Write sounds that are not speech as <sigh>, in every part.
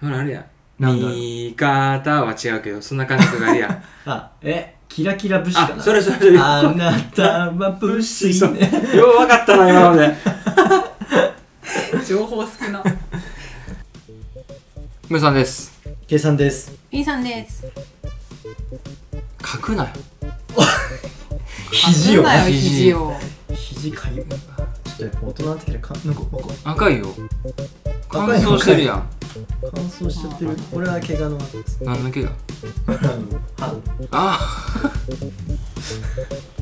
ほらあれやなんだろう見方は違うけどそんな感覚がある <laughs> やんあ、え、キラキラ武士かあなそれそれそれよあなたは武士そうう分かったな今ので情報少な。ムさんです計算です。 B さんです。書くなよ肘危を。ないよ肘肘を。肘かゆい。ちょっとやっぱ大人になってきてか、なんか、なんか赤いよ乾赤いの燥してるやん乾燥しちゃってる。これは怪我の後です。何の毛がはあ <laughs>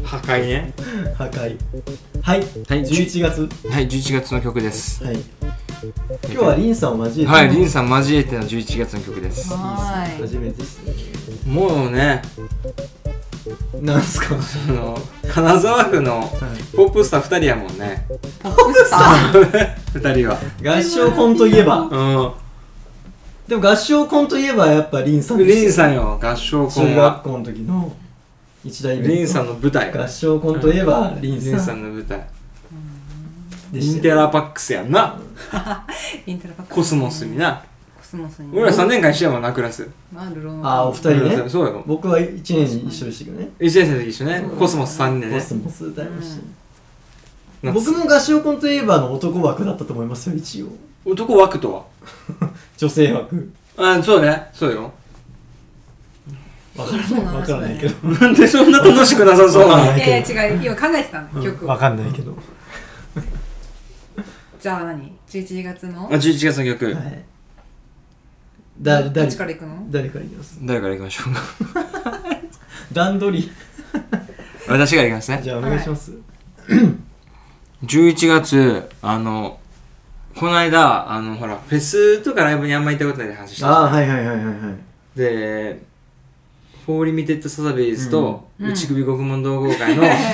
破壊ね破壊。ははい。い11月。はい11月の曲ですはい。今日はリンさんを交えて。はいリンンさん交えての11月の曲ですはーい。初めてですね。もうねなん <laughs> すか。あの金沢区のポップスター2人やもんねポップスター。 2人は合唱コンといえば。うでも合唱コンといえばやっぱリンさんんリンん。さんよ合唱コ中ンは学校の時の一大イベントリンさんの舞台合唱コンといえばリンリンささんんの舞台でイしンたテラパックスやんなインテラパックコスモスに。なコスモスに。俺ら3年間一緒やもんなクラスあルローン。あーお二人ねそうやろ僕は1年一緒でしたけどね1年生の時一緒ねコスモス3年コねスモス歌いましたね夏僕も合唱コンといえばの男枠だったと思いますよ一応男枠とは女性枠あそうねそうよわからそうないなんわですからよねないけどなんでそんな楽しくなさそうなのいやいや違う。今考えてたの曲わを。かんないけどはじゃあ何？11月のあ。11月の曲、いだどっ誰ちから行 <laughs> くの？誰からいきます誰からいきましょうか <laughs> 段取り私からいきますねじゃあお願いします11月あのこの間あのほらフェスとかライブにあんま行ったことないって話してたああはいはいはいはいはいでフォーリミテッドサザビーズとうん内首獄門同好会のうん。はい <laughs>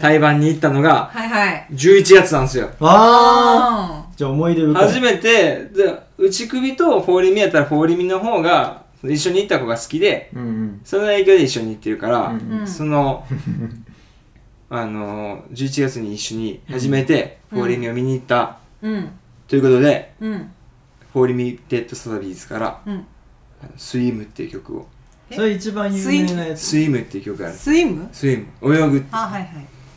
対バンに行ったのがはい。 11月なんですよあああじゃあ思い出深い初めてで内首とフォーリミやったらフォーリミの方が一緒に行った子が好きでうんうんその影響で一緒に行ってるから、うんうんそのあの11月に一緒に初めてうんフォーリミを見に行った、ー。うんということでうんフォーリミテッドサザビーズからうん。 「スイム」っていう曲をそれ一番有名なや「つスイム」っていう曲があるスイム？スイム泳ぐあはいはい。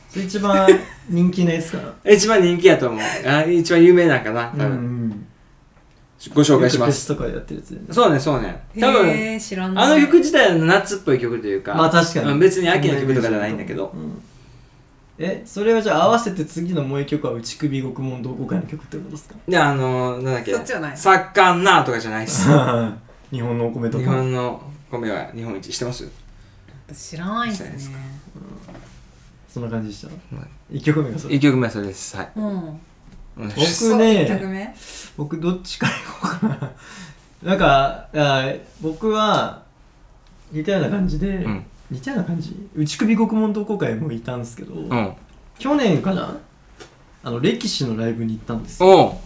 それ一番人気なやつかな一番人気やと思うあ一番有名なんかな多分、んご紹介しまよくフェすスとかでやってるやつだよねそうねそうね多分へー知らない。あの曲自体は夏っぽい曲というかまあ確かに、うん別に秋の曲とかじゃないんだけどうんえそれはじゃあ合わせて次のもう一曲は内首獄門同好会の曲ってこ <laughs> とですかであのなんだっけそっちはないサッカーなーとかじゃないっ <laughs> す日本のお米と日か本の米は日本一してます知らないん知らないでですすね。そんな感じでしたはい一曲目がそれ1曲目はそれですはいうん。お願いします僕一ね曲目？僕どっちからいこうかな <laughs> なんかあ僕は似たような感じで、うん似たような感じ内首獄門同好会もいたんですけど、うん去年かなあの歴史のライブに行ったんですよおお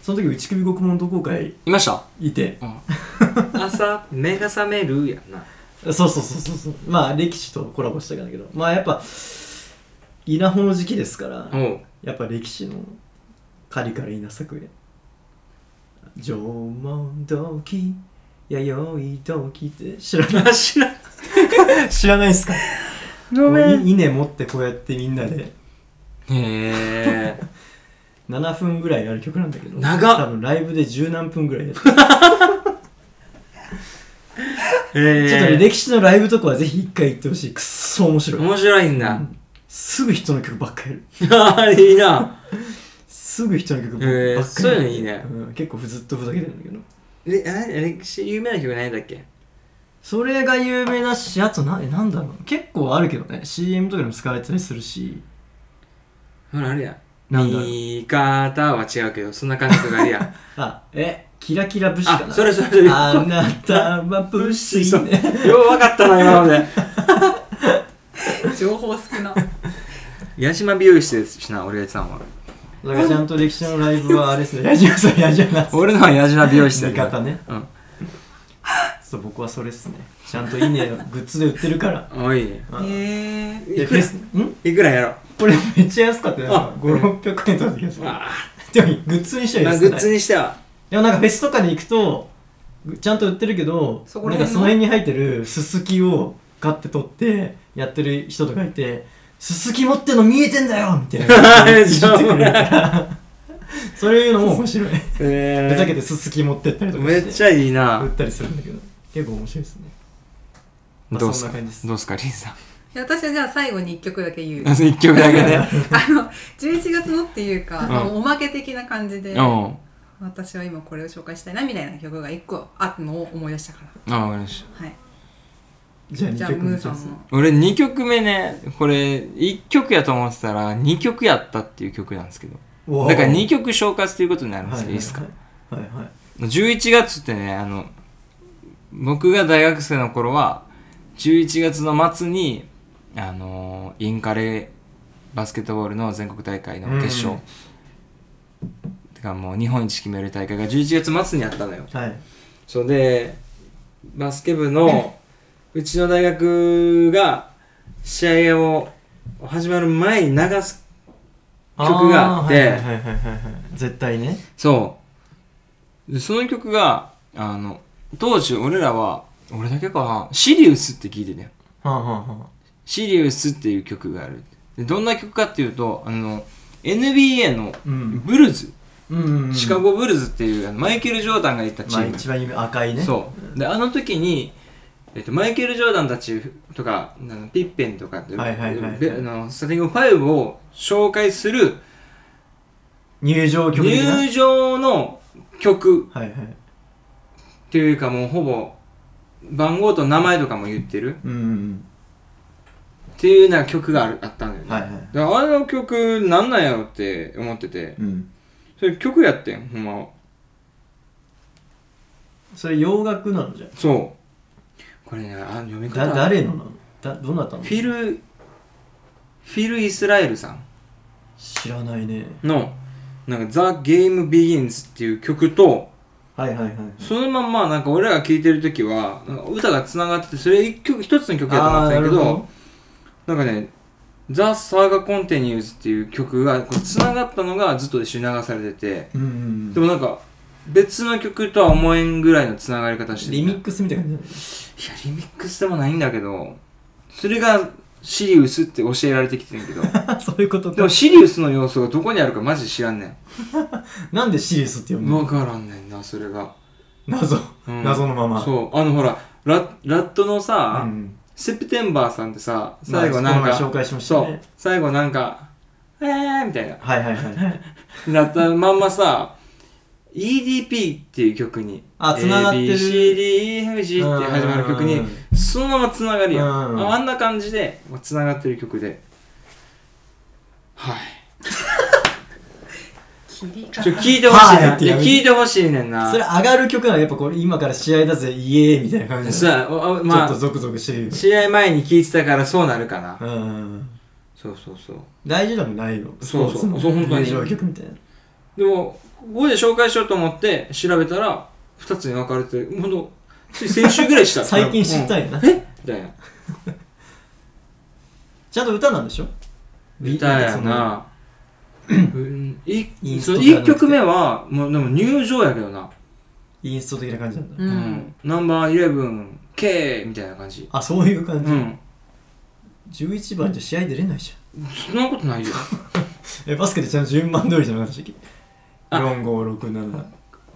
その時内首獄門同好会いましたいて <laughs> 朝目が覚めるやんなそうそうそうそうそうまあ歴史とコラボしたからだけどまあやっぱ稲穂の時期ですからおうやっぱ歴史のカリカリ稲作へ縄文土器弥生土器って知らない知らん知らないっすかごこうい稲持ってこうやってみんなでへえ7分ぐらいある曲なんだけど長っ多分ライブで十何分ぐらいやってへえ <laughs> ちょっとね、歴史のライブとかはぜひ一回行ってほしい。くっそ面白い。面白いんだ <laughs> すぐ人の曲ばっかやる。あーいいなすぐ人の曲ばっかやへる。ーそういうのいいねうん結構ずっとふざけてるんだけど。えあ歴史有名な曲ないんだっけそれが有名だし、あとな、えなんだろう。結構あるけどね。CM とかにも使われたりするし。ほらあれやなんだろう見方は違うけどそんな感覚があるや <laughs> んあ、え、キラキラ武士かあな。それそれそれよあなたは武 <laughs> 士そうね。う分かったな今まで情報少な。矢島美容室ですしな俺がやってたんはだからちゃんと歴史のライブはあれ <laughs> ですね。矢島さん、矢島さん。俺のは矢島美容室だ味けど方ね。うんそう、僕はそれっすね。ちゃんといいね、グッズで売ってるから。おいねうんへ <laughs> え。でいフくェらスんいくらやろうこれめっちゃ安かったよあ5 6 0 0円とかできましたあでもグッズにしてはまあ安グくッないズにしてはでもなんかフェスとかに行くとちゃんと売ってるけどそこらなん辺のかその辺に入ってるすすきを買って取ってやってる人とかいて「すすき持ってんの見えてんだよ!」みたいなえしょうも <laughs> ないいじってくれるから <laughs> そういうのも面白いえふざけてすすき持ってったりとかめしてっちゃいい売なったりするんだけど結構面白いですね、まあ、どうすそんかな感じですどうすかリンさん <laughs> いや私はじゃあ最後に1曲だけ言う一曲だけ <laughs> ねあの11月のっていうか、うんまあおまけ的な感じで、うんあ私は今これを紹介したいなみたいな曲が1個あったのを思い出したから分かりましたはいじゃあじゃ2あ曲ム目ーですさんも俺2曲目ねこれ1曲やと思ってたら2曲やったっていう曲なんですけどおーだから2曲紹介することになるんですけど、いいですかはいはいはい11月ってねあの僕が大学生の頃は11月の末にあのインカレバスケットボールの全国大会の決勝、うんてかもう日本一決める大会が11月末にあったのよはいはいそれでバスケ部 <laughs> のうちの大学が試合を始まる前に流す曲があってーはいはいはいはいはい絶対ねそうでその曲があの当時俺らは俺だけかなシリウスって聞いてたよはあはあはシリウスっていう曲があるでどんな曲かっていうとあの NBA のうんブルズ、あうんシカゴブルズっていうあのマイケル・ジョーダンがいたチまあーム、一番有名赤いねそうであの時に、えっと、マイケル・ジョーダンたちとかあのピッペンとかって、はいはいはいべあのスターティング5を紹介する入場曲的な入場の曲はいはいっていうかもうほぼ番号と名前とかも言ってるうんうんっていうような曲があるあったんだようんね、はいはいだからあの曲なんなんやろって思っててうんそれ曲やってんほんまはそれ洋楽なのじゃそうこれねあ読み方だ誰のなのだどなたのフィルフィル・イスラエルさん知らないねのなんか「ザ・ゲーム・ビギンズ」っていう曲とはいはいはいはいそのまんまなんか俺らが聴いてる時はなんか歌がつながっててそれ一曲一つの曲やと思あってたーなんやけるどほなんかね「ザ・サーガ・コンティニューズ」っていう曲がこう繋がったのがずっと一緒に流されててうんうんでもなんか別の曲とは思えんぐらいの繋がり方してリミッックスみたいな感じいやリミックスでもないんだけどそれがシリウスって教えられてきてんけ <laughs> どなのそういうことでもかシリウスの要素がどこにあるかマジ知らんねなんでシリウスってん読むの分からんねんなそれが、謎うん謎のままうそうあのほらララットのさ、んセプテンバーさんってさまあ最後なんこの前か、紹介しましたそようね最後なんか「えー」みたいなはいはいはいなったまんまさ EDP っていう曲にあ繋がってる ABCDEFG って始まる曲うにんそのまま繋がるやんうんああんな感じで繋がってる曲で <laughs> はい切りちょ方聞いてほしいはないっていややめて聞いてほしいねんなそれ上がる曲なのやっぱこれ今から試合だぜイエーイみたいな感じそうやおおちょまっとあゾクゾクしてるよ試合前に聞いてたからそうなるかなうんそうそうそう大事なのないよそうそうそう本当に上曲みたいなでもここで紹介しようと思って調べたら2つに分かれてほんとつい先週ぐらいした最近知ったうんんやな、えみたいなちゃんと歌なんでしょみたいやそのな。うん、いインスそトのじゃなくて1曲目はもうでも入場やけどな、インスト的な感じなんだ、うんナンバーイレブン K みたいな感じあそういう感うじ、ん11番じゃ試合出れないじそんなことないよ <laughs> ゃんえバスケでちゃんと順番通りじゃなかったっけあ4567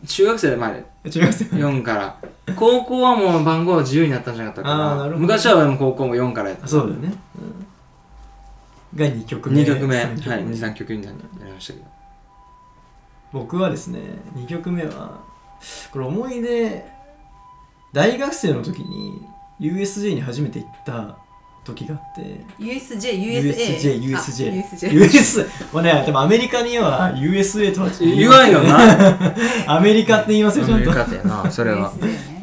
中学生まで違いますよね4から高校はもう番号自由になったんじゃなかったかあーななるほど昔はでも高校も4からやったそうだよね、うん、が2曲目2曲目三曲目はい23曲になりましたけど僕はですね2曲目はこれ思い出大学生の時に USJ に初めて行った時があって USJ USJ USA あ USJ USJ US もうねでもアメリカには USA とは違う言わんよなアメリカって言いますよちゃんとよかったよなそれは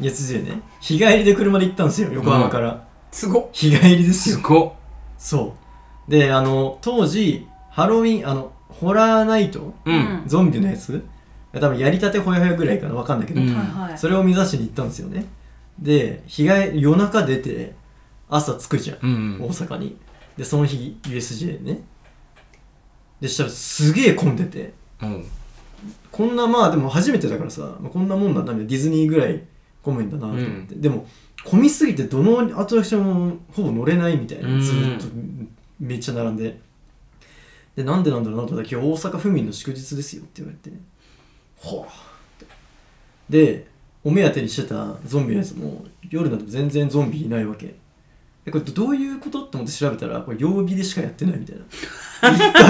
USJ ね USJ ね日帰りで車で行ったんですよ横浜から、すごっ日帰りですすよごっそうであの当時ハロウィンあのホラーナイトうん、うんゾンビのやつ多分やりたてほやほやぐらいかなわかんないけど、うんはいはいそれを目指しに行ったんですよねで日帰夜中出て朝着くじゃん、うん大阪にでその日 USJ ねでしたらすげえ混んでてうんこんなまあでも初めてだからさ、まあこんなもんなんだねディズニーぐらい混むんだなと思って、でも混みすぎてどのアトラクションもほぼ乗れないみたいな、うんずっとめっちゃ並んででなんでなんだろうなと思ったら今日大阪府民の祝日ですよって言われてほうでお目当てにしてたゾンビのやつも夜だと全然ゾンビいないわけえこれどういうことって思って調べたらこれ曜日でしかやってないみたいな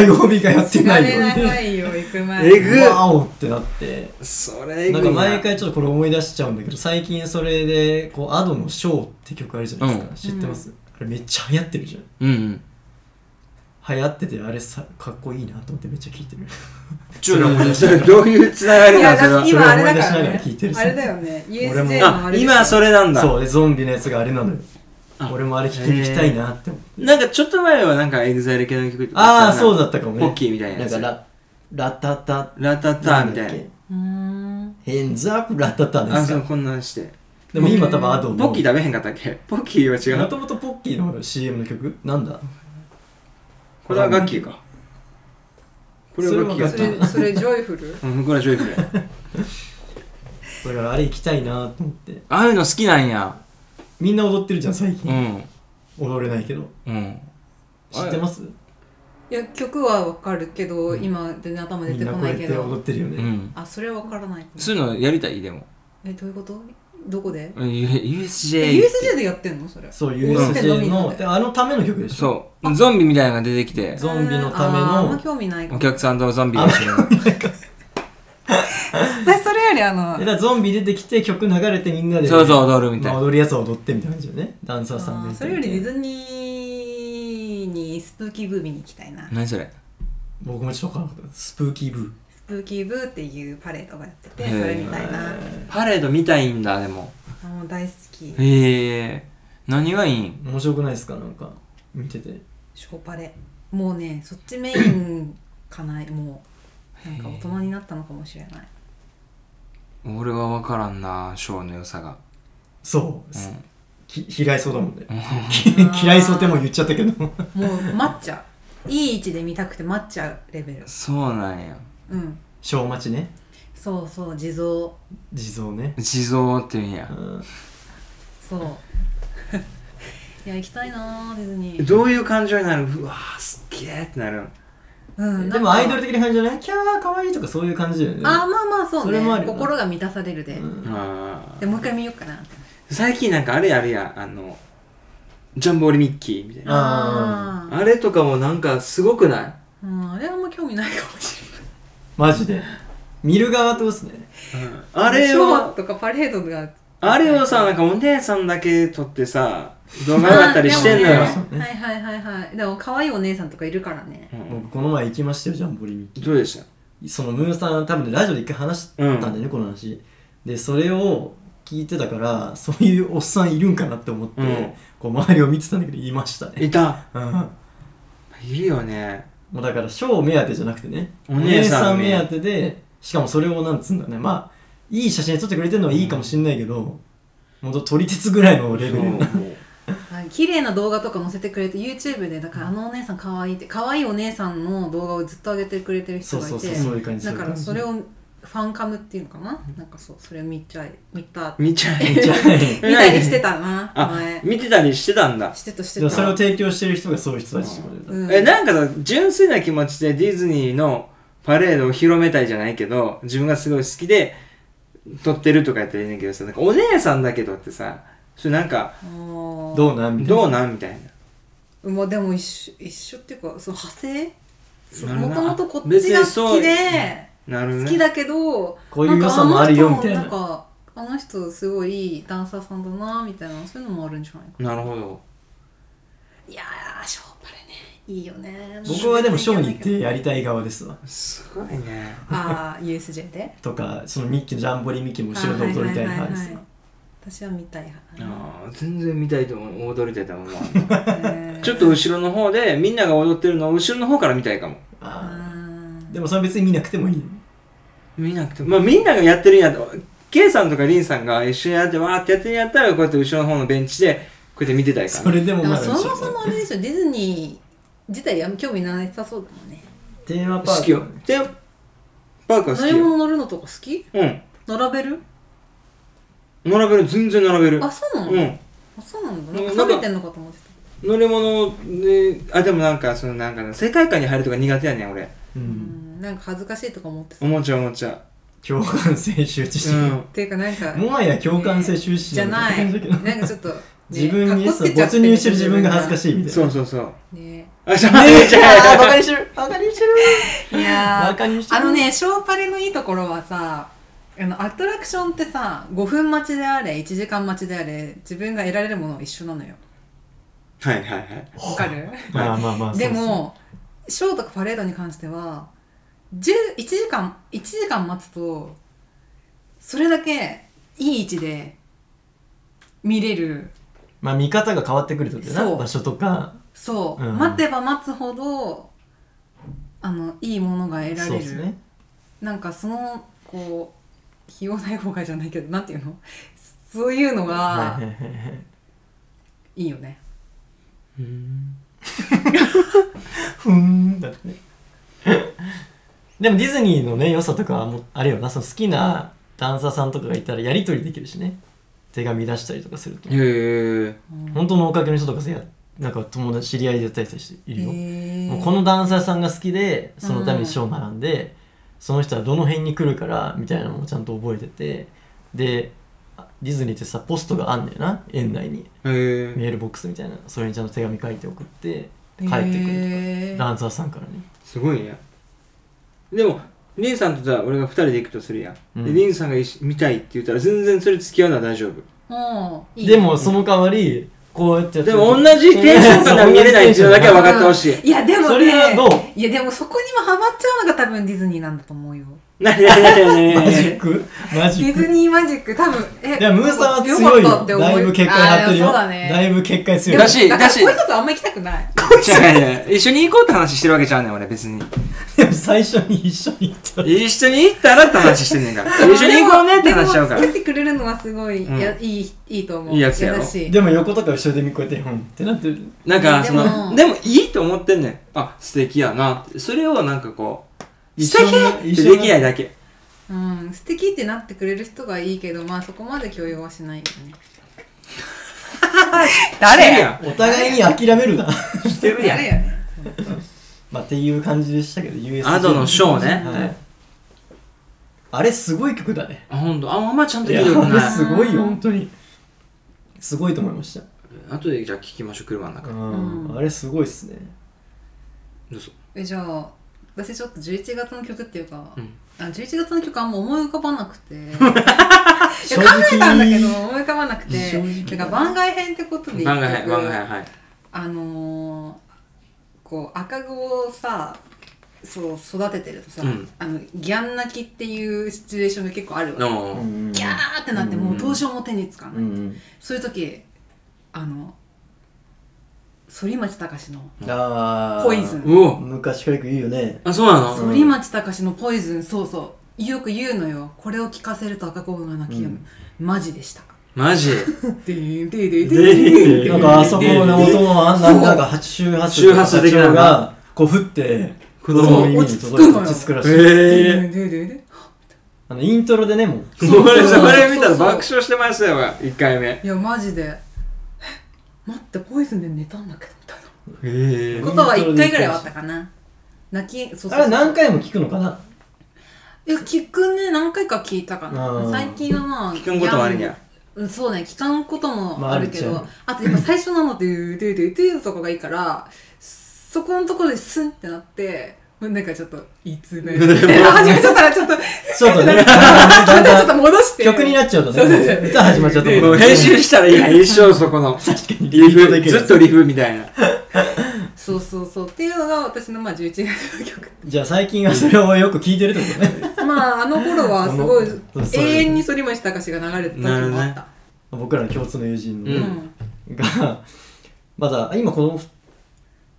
一曜日がやって疲ないれなよさいよ、行く前えぐいわおってなってそれなんか毎回ちょっとこれ思い出しちゃうんだけど最近それでこう Ado の「ショー」って曲あるじゃないですか、うん知ってます、あれめっちゃ流行ってるじゃうんうんん流行っててあれさかっこいいなと思ってめっちゃ聴いてるちょそれ思い出したっとどういうつながりいなやのそれだはって今あれだかそられ思い出しながらね聞いてるしあれだよね俺も USJ のああれでしょ今それなんだそうでゾンビのやつがあれなのよあ俺もあれ聴きに行きたいなって思ってなんかちょっと前はなんかエグザイル系の曲とかああさそうだったかもねポッキーみたいなやつなんかララタタラタタみたいなうーんヘンズアップラタタであすそうよこんなんしてでも今多分アドポッキー食べへんかったっけポッキーは違もうともとポッキーの CM の曲なんだこれはガッキーかこれはガッキそそーれだっれそれジョイフルたうんこれはジョイフルやだからあれ行きたいなと思ってああいうの好きなんやみんな踊ってるじゃん最う近、ん踊れないけどうん知ってますいや曲はわかるけど、今全然頭出みんてなここうなやっいけて踊どってるようね、んあそれはわからないかもそういうのやりたいでもえどういうことどこでうん USJ え USJ でやってんのそれそう踊ってん USJ みんなのでであのための曲でしょそうゾンビみたいなのが出てきてゾンビのためあーあんまの興味ないかおも客さんとゾンビが一緒に私それよりあのでだからゾンビ出てきて曲流れてみんなでそうそう踊るみたいまあな踊るやつは踊ってみたいな感じだよねダンサーさんあでーそれよりディズニーにスプーキーブー見に行きたいな何それ僕もちょっと分からなかったスプーキーブースプーキーブーっていうパレードがやってへてーそれみたいなパレード見たいんだでもあもう大好きへえ何がいいん面白くないですかなんか見ててショーパレもうねそっちメインかないもうなんか大人になったのかもしれない俺は分からんなショーの良さが、そう、うき嫌いそうだもんね <laughs> ん、嫌いそうってもう言っちゃったけどもう待っちゃういい位置で見たくて待っちゃうレベルそうなんやうん小町ねそうそう地蔵地蔵ね地蔵って言うんやうんそういや行きたいなーディズニーどういう感情になるうわーすっげえってなるうん、でもアイドルで的な感じじゃないキャーかわいいとかそういう感じだよねあーまあまあそうそれもあねるよな心が満たされるで、うんあでもう一回見ようかなって最近なんかあれやるやんあのジャンボリミッキーみたいなあああれとかもなんかすごくないーうんあれあんま興味ないかもしマジで見る側ってことですねあれないれショーをとかパレードがあれをさなんかお姉さんだけ撮ってさ動画だったりしてんのよ、あーでもねはいはいはいはいでも可愛いお姉さんとかいるからねうん僕この前行きましたよジャンボリミッキどうでしたーそのムーさん多分ねラジオで一回話したんだよね、この話でそれを聞いてたからそういうおっさんいるんかなって思って、うんこう周りを見てたんだけどいましたねいたうんもいるよねうだからショー目当てじゃなくてねお姉さんおね姉目当てでしかもそれをなんつうんだろうねまあいい写真撮ってくれてるのはいいかもしんないけど、もう撮り鉄ぐらいのレベルなそうもうはい綺麗な動画とか載せてくれて YouTube でだからあのお姉さん可愛いって可愛いお姉さんの動画をずっと上げてくれてる人そうがいてそうそうそういう感じだからそれををファンカムっていうのかななんかそうそれを見ちゃい見 <laughs> た見ちゃいじゃあ見たりしてたなあ前見てたりしてたんだ、してたしてでもたそれを提供してる人がそういう人たちってことだようんえなんかさ純粋な気持ちでディズニーのパレードを広めたいじゃないけど自分がすごい好きで撮ってるとかやったらいいねんだけどさなんかお姉さんだけどってさそれなんかあーどうなんみたいなどうなんみたいなまあでも一緒一緒っていうかその派生なるなもともとこっちが別にそ好うきでなるほどね好きだけどこういう良さもあるよみたいんなかあの人なんかあの人すごいいいダンサーさんだなみたいなそういうのもあるんじゃないかなるほどいやーショーパレねいいよね僕はでもショーに行ってやりたい側ですわすごいねああ USJ でとかそのミッキーのジャンボリミッキーも後ろで踊りたいあーは派でいはいはいはいすわ私は見たい派あー全然見たいと思う踊りたいと思うわえー <laughs> ちょっと後ろの方でみんなが踊ってるのを後ろの方から見たいかもああーでもそれ別に見なくてもいい見なくてもまあみんながやってるんやと K さんとかリンさんが一緒にやってわーってやってるんやったらこうやって後ろの方のベンチでこうやって見てたいかそられでーもでもまだそもそもあれでしょディズニー自体あんま興味なさそうだもんねテーマパー好クきよでバークは好乗きりよ物乗るのとか好きうん並べる並べる全然並べるあそうなの、うんあそうなんだなうんんか冷めてんのかと思ってた乗り物であでもなんかそのなんかね世界観に入るとか苦手やねん俺ううんんなんか恥ずかしいとか思ってたおもちゃおもちゃ共感性周知心、っていうかなんかもはや共感性周知心じゃないのことなんかちょっと、ね自分にかっこつそうけちゃって没入してる自分が恥ずかいしいうみんたいそなうそうそう <laughs> ねあじゃあねえじゃあバカにしてるバカにしてるいやバーカにしてるあのねショーパレのいいところはさあのアトラクションってさ5分待ちであれ1時間待ちであれ自分が得られるものは一緒なのよはいはいはいわかるまあまあまあでもショーとかパレードに関しては10 1時間1時間待つとそれだけいい位置で見れるまあ見方が変わってくるってことだそなう場所とかそう、うん待てば待つほどあのいいものが得られそうる、ですねなんかそのこう費用対効果じゃないけどなんていうの <laughs> そういうのはがいはいはいはいいいよね、うんふーんだってねでもディズニーのね良さとかはもうあれよなその好きなダンサーさんとかがいたらやり取りできるしね手紙出したりとかするとへえうん本当のおかげの人とかさやなんか友達知り合いでやったりしているよ、へーもうこのダンサーさんが好きでそのためにショーを学んで、その人はどの辺に来るからみたいなのもちゃんと覚えててであディズニーってさポストがあんだよな園内にへえメールボックスみたいなそれにちゃんと手紙書いて送って帰ってくるへとーかダンサーさんからねすごいねでもリンさんとじゃあ俺が二人で行くとするやん、うんでリンさんが一緒見たいって言ったら全然それ付き合うのは大丈夫もういいでもその代わりこうやってやってでも同じテンション感が見れないっていうのだけは分かってほしいいやでもねそれはどういやでもそこにもハマっちゃうのが多分ディズニーなんだと思うよなになになになマにジックマジデッィズクニーマジック多分えいやムーさんは強いかったよって思うだいぶ結界張ってるよあーでもそうだねだいぶ結界強いでもだしだからだしこういうことあんま行きたくないじゃあいやいや一緒に行こうって話してるわけちゃうねん俺別にでも最初に一緒に行った一緒に行ったらって話してんねんから一緒に行こうねって話しちゃうからでもでも作ってくれるのはすごい、うんやいいいいと思ういいやつやろだしでも横とか後ろで見こうやってうんってなってるなんかそでのもでもいいと思ってんねんあ素敵やなってそれをなんかこう一素緒敵にって一緒にできないだけうん素敵ってなってくれる人がいいけどまあそこまで強要はしないよねしてるやんお互いに諦めるな <laughs> してるやん誰やねまあっていう感じでしたけど USJ アドのショーねはいあれすごい曲だねあほんとあんまちゃんとい聞いやたことあれないすごいよ本当にすごいと思いました後でじゃあ聞きましょう車の中うでんうんあれすごいっすねどうぞえじゃあ私ちょっと11月の曲っていうか、うんあ11月の曲あんま思い浮かばなく <laughs> ていや正考直えたんだけど思い浮かばなくて正直だから番外編ってことで一曲番外編番外編はいあのー、こう赤子をさそう育ててるとさ、うんあのギャン泣きっていうシチュエーションが結構あるわけ、のううんんギャーってなってもうどうしようも手につかない、うんそういう時あの反町隆史のあーポイズンうお昔からよく言うよねあそうなのそう反町隆史のポイズンそうそうよく言うのよこれを聞かせると赤子が泣き止む、マジでしたマ <laughs> ジでーんでーでーでーでーなんかあそこの音もあんなそうなんか周波数周波数的なのがこう降って子子供の供耳そうに届いて落落ちち着着くくらのへしいえでーでーでーでーあのイントロでねもうそそうれそうそれ見たらそうそう爆笑してましたよ1回目へいやマジでえ待ってポイズンで寝たんだけどみたいえなことは1回ぐらいはあったかな泣きそうそうあれ何回回も聞くのかないや聞くね何回か聞いたかなうん最近はまあ聞かんことはあるんやうんそうね聞かんこともあるけど、まああるあっ、とやっぱ最初なのでうでうでうでうとかがいいからそこのところでスンってなってなんかちょっといつめ始めちゃったらちょっとちょっとねまだんたちょだっとん戻して曲になっちゃうとそうそうそうね歌始まっちゃうとも思うう編集したらいいやん一生そこの確か <laughs> にリリフフできずっるとリフみたいなそうそうそうっていうのが私のまあ11月の曲じゃあ最近はそれをよく聞いてるってことねまああの頃はすごいこのそう永遠に反町隆史が流れてた時もあった、僕らの共通の友人のなるほどねねうんがまだ今この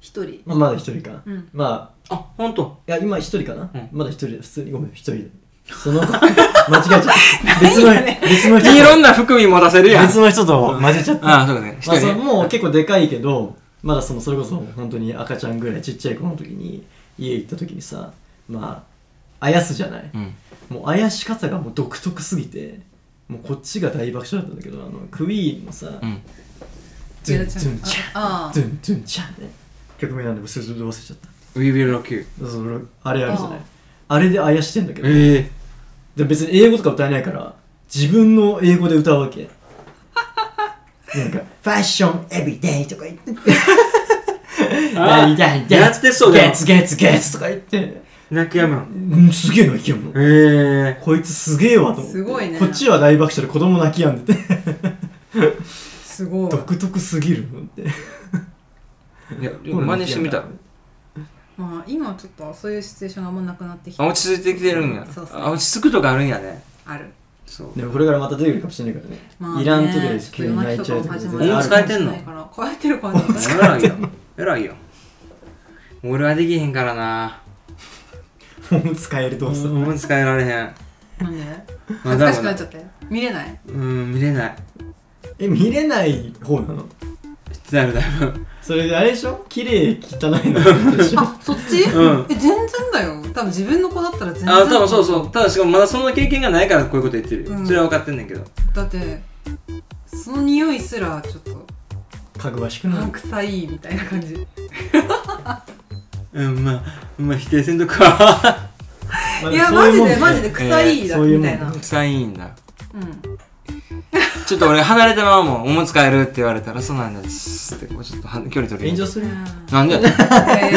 一人まあまだ一人かうんまああ本当いや今一人かなうんまだ一人だ普通にごめん一人その <laughs> 間違えちゃった別の別の人 <laughs> いろんな含み持たせるやん別の人と混ぜちゃったああそうだね一まあ、そ人のねもう結構でかいけどまだそのそれこそ本当に赤ちゃんぐらいちっちゃい子の時に家行った時にさまああやすじゃないうんもうあやし方がもう独特すぎてもうこっちが大爆笑だったんだけどあのクイーンのさ「うんドゥンドゥンチャあンあドゥンドゥンチャン」ね曲名なんでも数字で忘れちゃった We will rock you そのあれあるじゃないああれであやしてんだけどええで別に英語とか歌えないから自分の英語で歌うわけなんか「ファッションエビデイ」とか言って「あみたいなやってそうだよゲッツゲッツゲッツ」とか言って泣きやむのうんすげえ泣きやむのええこいつすげえわと思ってすごいねこっちは大爆笑で子供泣きやんでて <laughs> すごい独特すぎるのっていやでも真似してみたらまあ今ちょっとそういうシチュエーションがあんまなくなってきあて落ち着いてきてるんやそうそうあ落ち着くとかあるんやねあるそうでもこれからまた出てくるかもしれないからね,、まあねいらん時はちょっ急に泣いちゃうとか夜全泣きも然うあとるか使えてから始まんのるかもしれないから偉い超えてる感じよ偉いよ俺はできへんからなホーム使える動作、もう使えられへんなんでま恥ずかしくなっちゃゃって見れないうん見れないえ見れない方なのだいぶだいぶそれであれでしょ綺麗汚いの <laughs> でしょあそっち、うんえ全然だよ多分自分の子だったら全然あ多分そうそうただしかもまだそんな経験がないからこういうこと言ってるよ、うんそれは分かってんねんけどだってその匂いすらちょっとかぐわしくな半る臭いみたいな感じうんまあまあ否定せんとく <laughs> わまあいやそうマジうもんでマジで臭いだ、えーそういうみもんたいなう臭いんだんちょっと俺離れてまうもんおむつ替えるって言われたらそうなんだっつってこうちょっとは距離取る <laughs> 炎上するなんでやねん迷迷惑かけ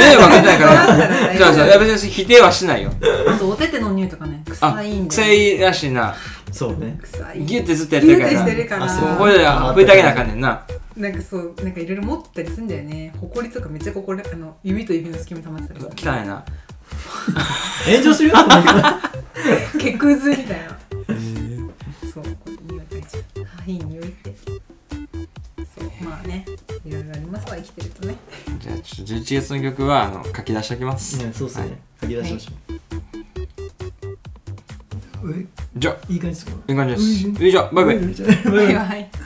ないからじゃあじゃあいやあ別に否定はしないよとお手手の匂いとかねあ臭いんだ臭よいらしいなそうね臭いギュッてずっとやってるからギュッなてしてるからあそうもうこれで拭いてあげなあかんねんななんかそうなんかいろいろ持ったりすんだよねほこりとかめっちゃここらあの指と指の隙間に溜まってたり汚さいな炎上するよって思うけど毛くずみたいなそうこれ匂い大事あいい匂いってそうまあねいろいろありますわ生きてるとねじゃあちょっと11月の曲はあの書き出しておきます、うんそうっすはいね <laughs> 書き出しましょうじゃあえいい感じですかいい感じです以上バイバイ <laughs> バイバイ <laughs> バイバイ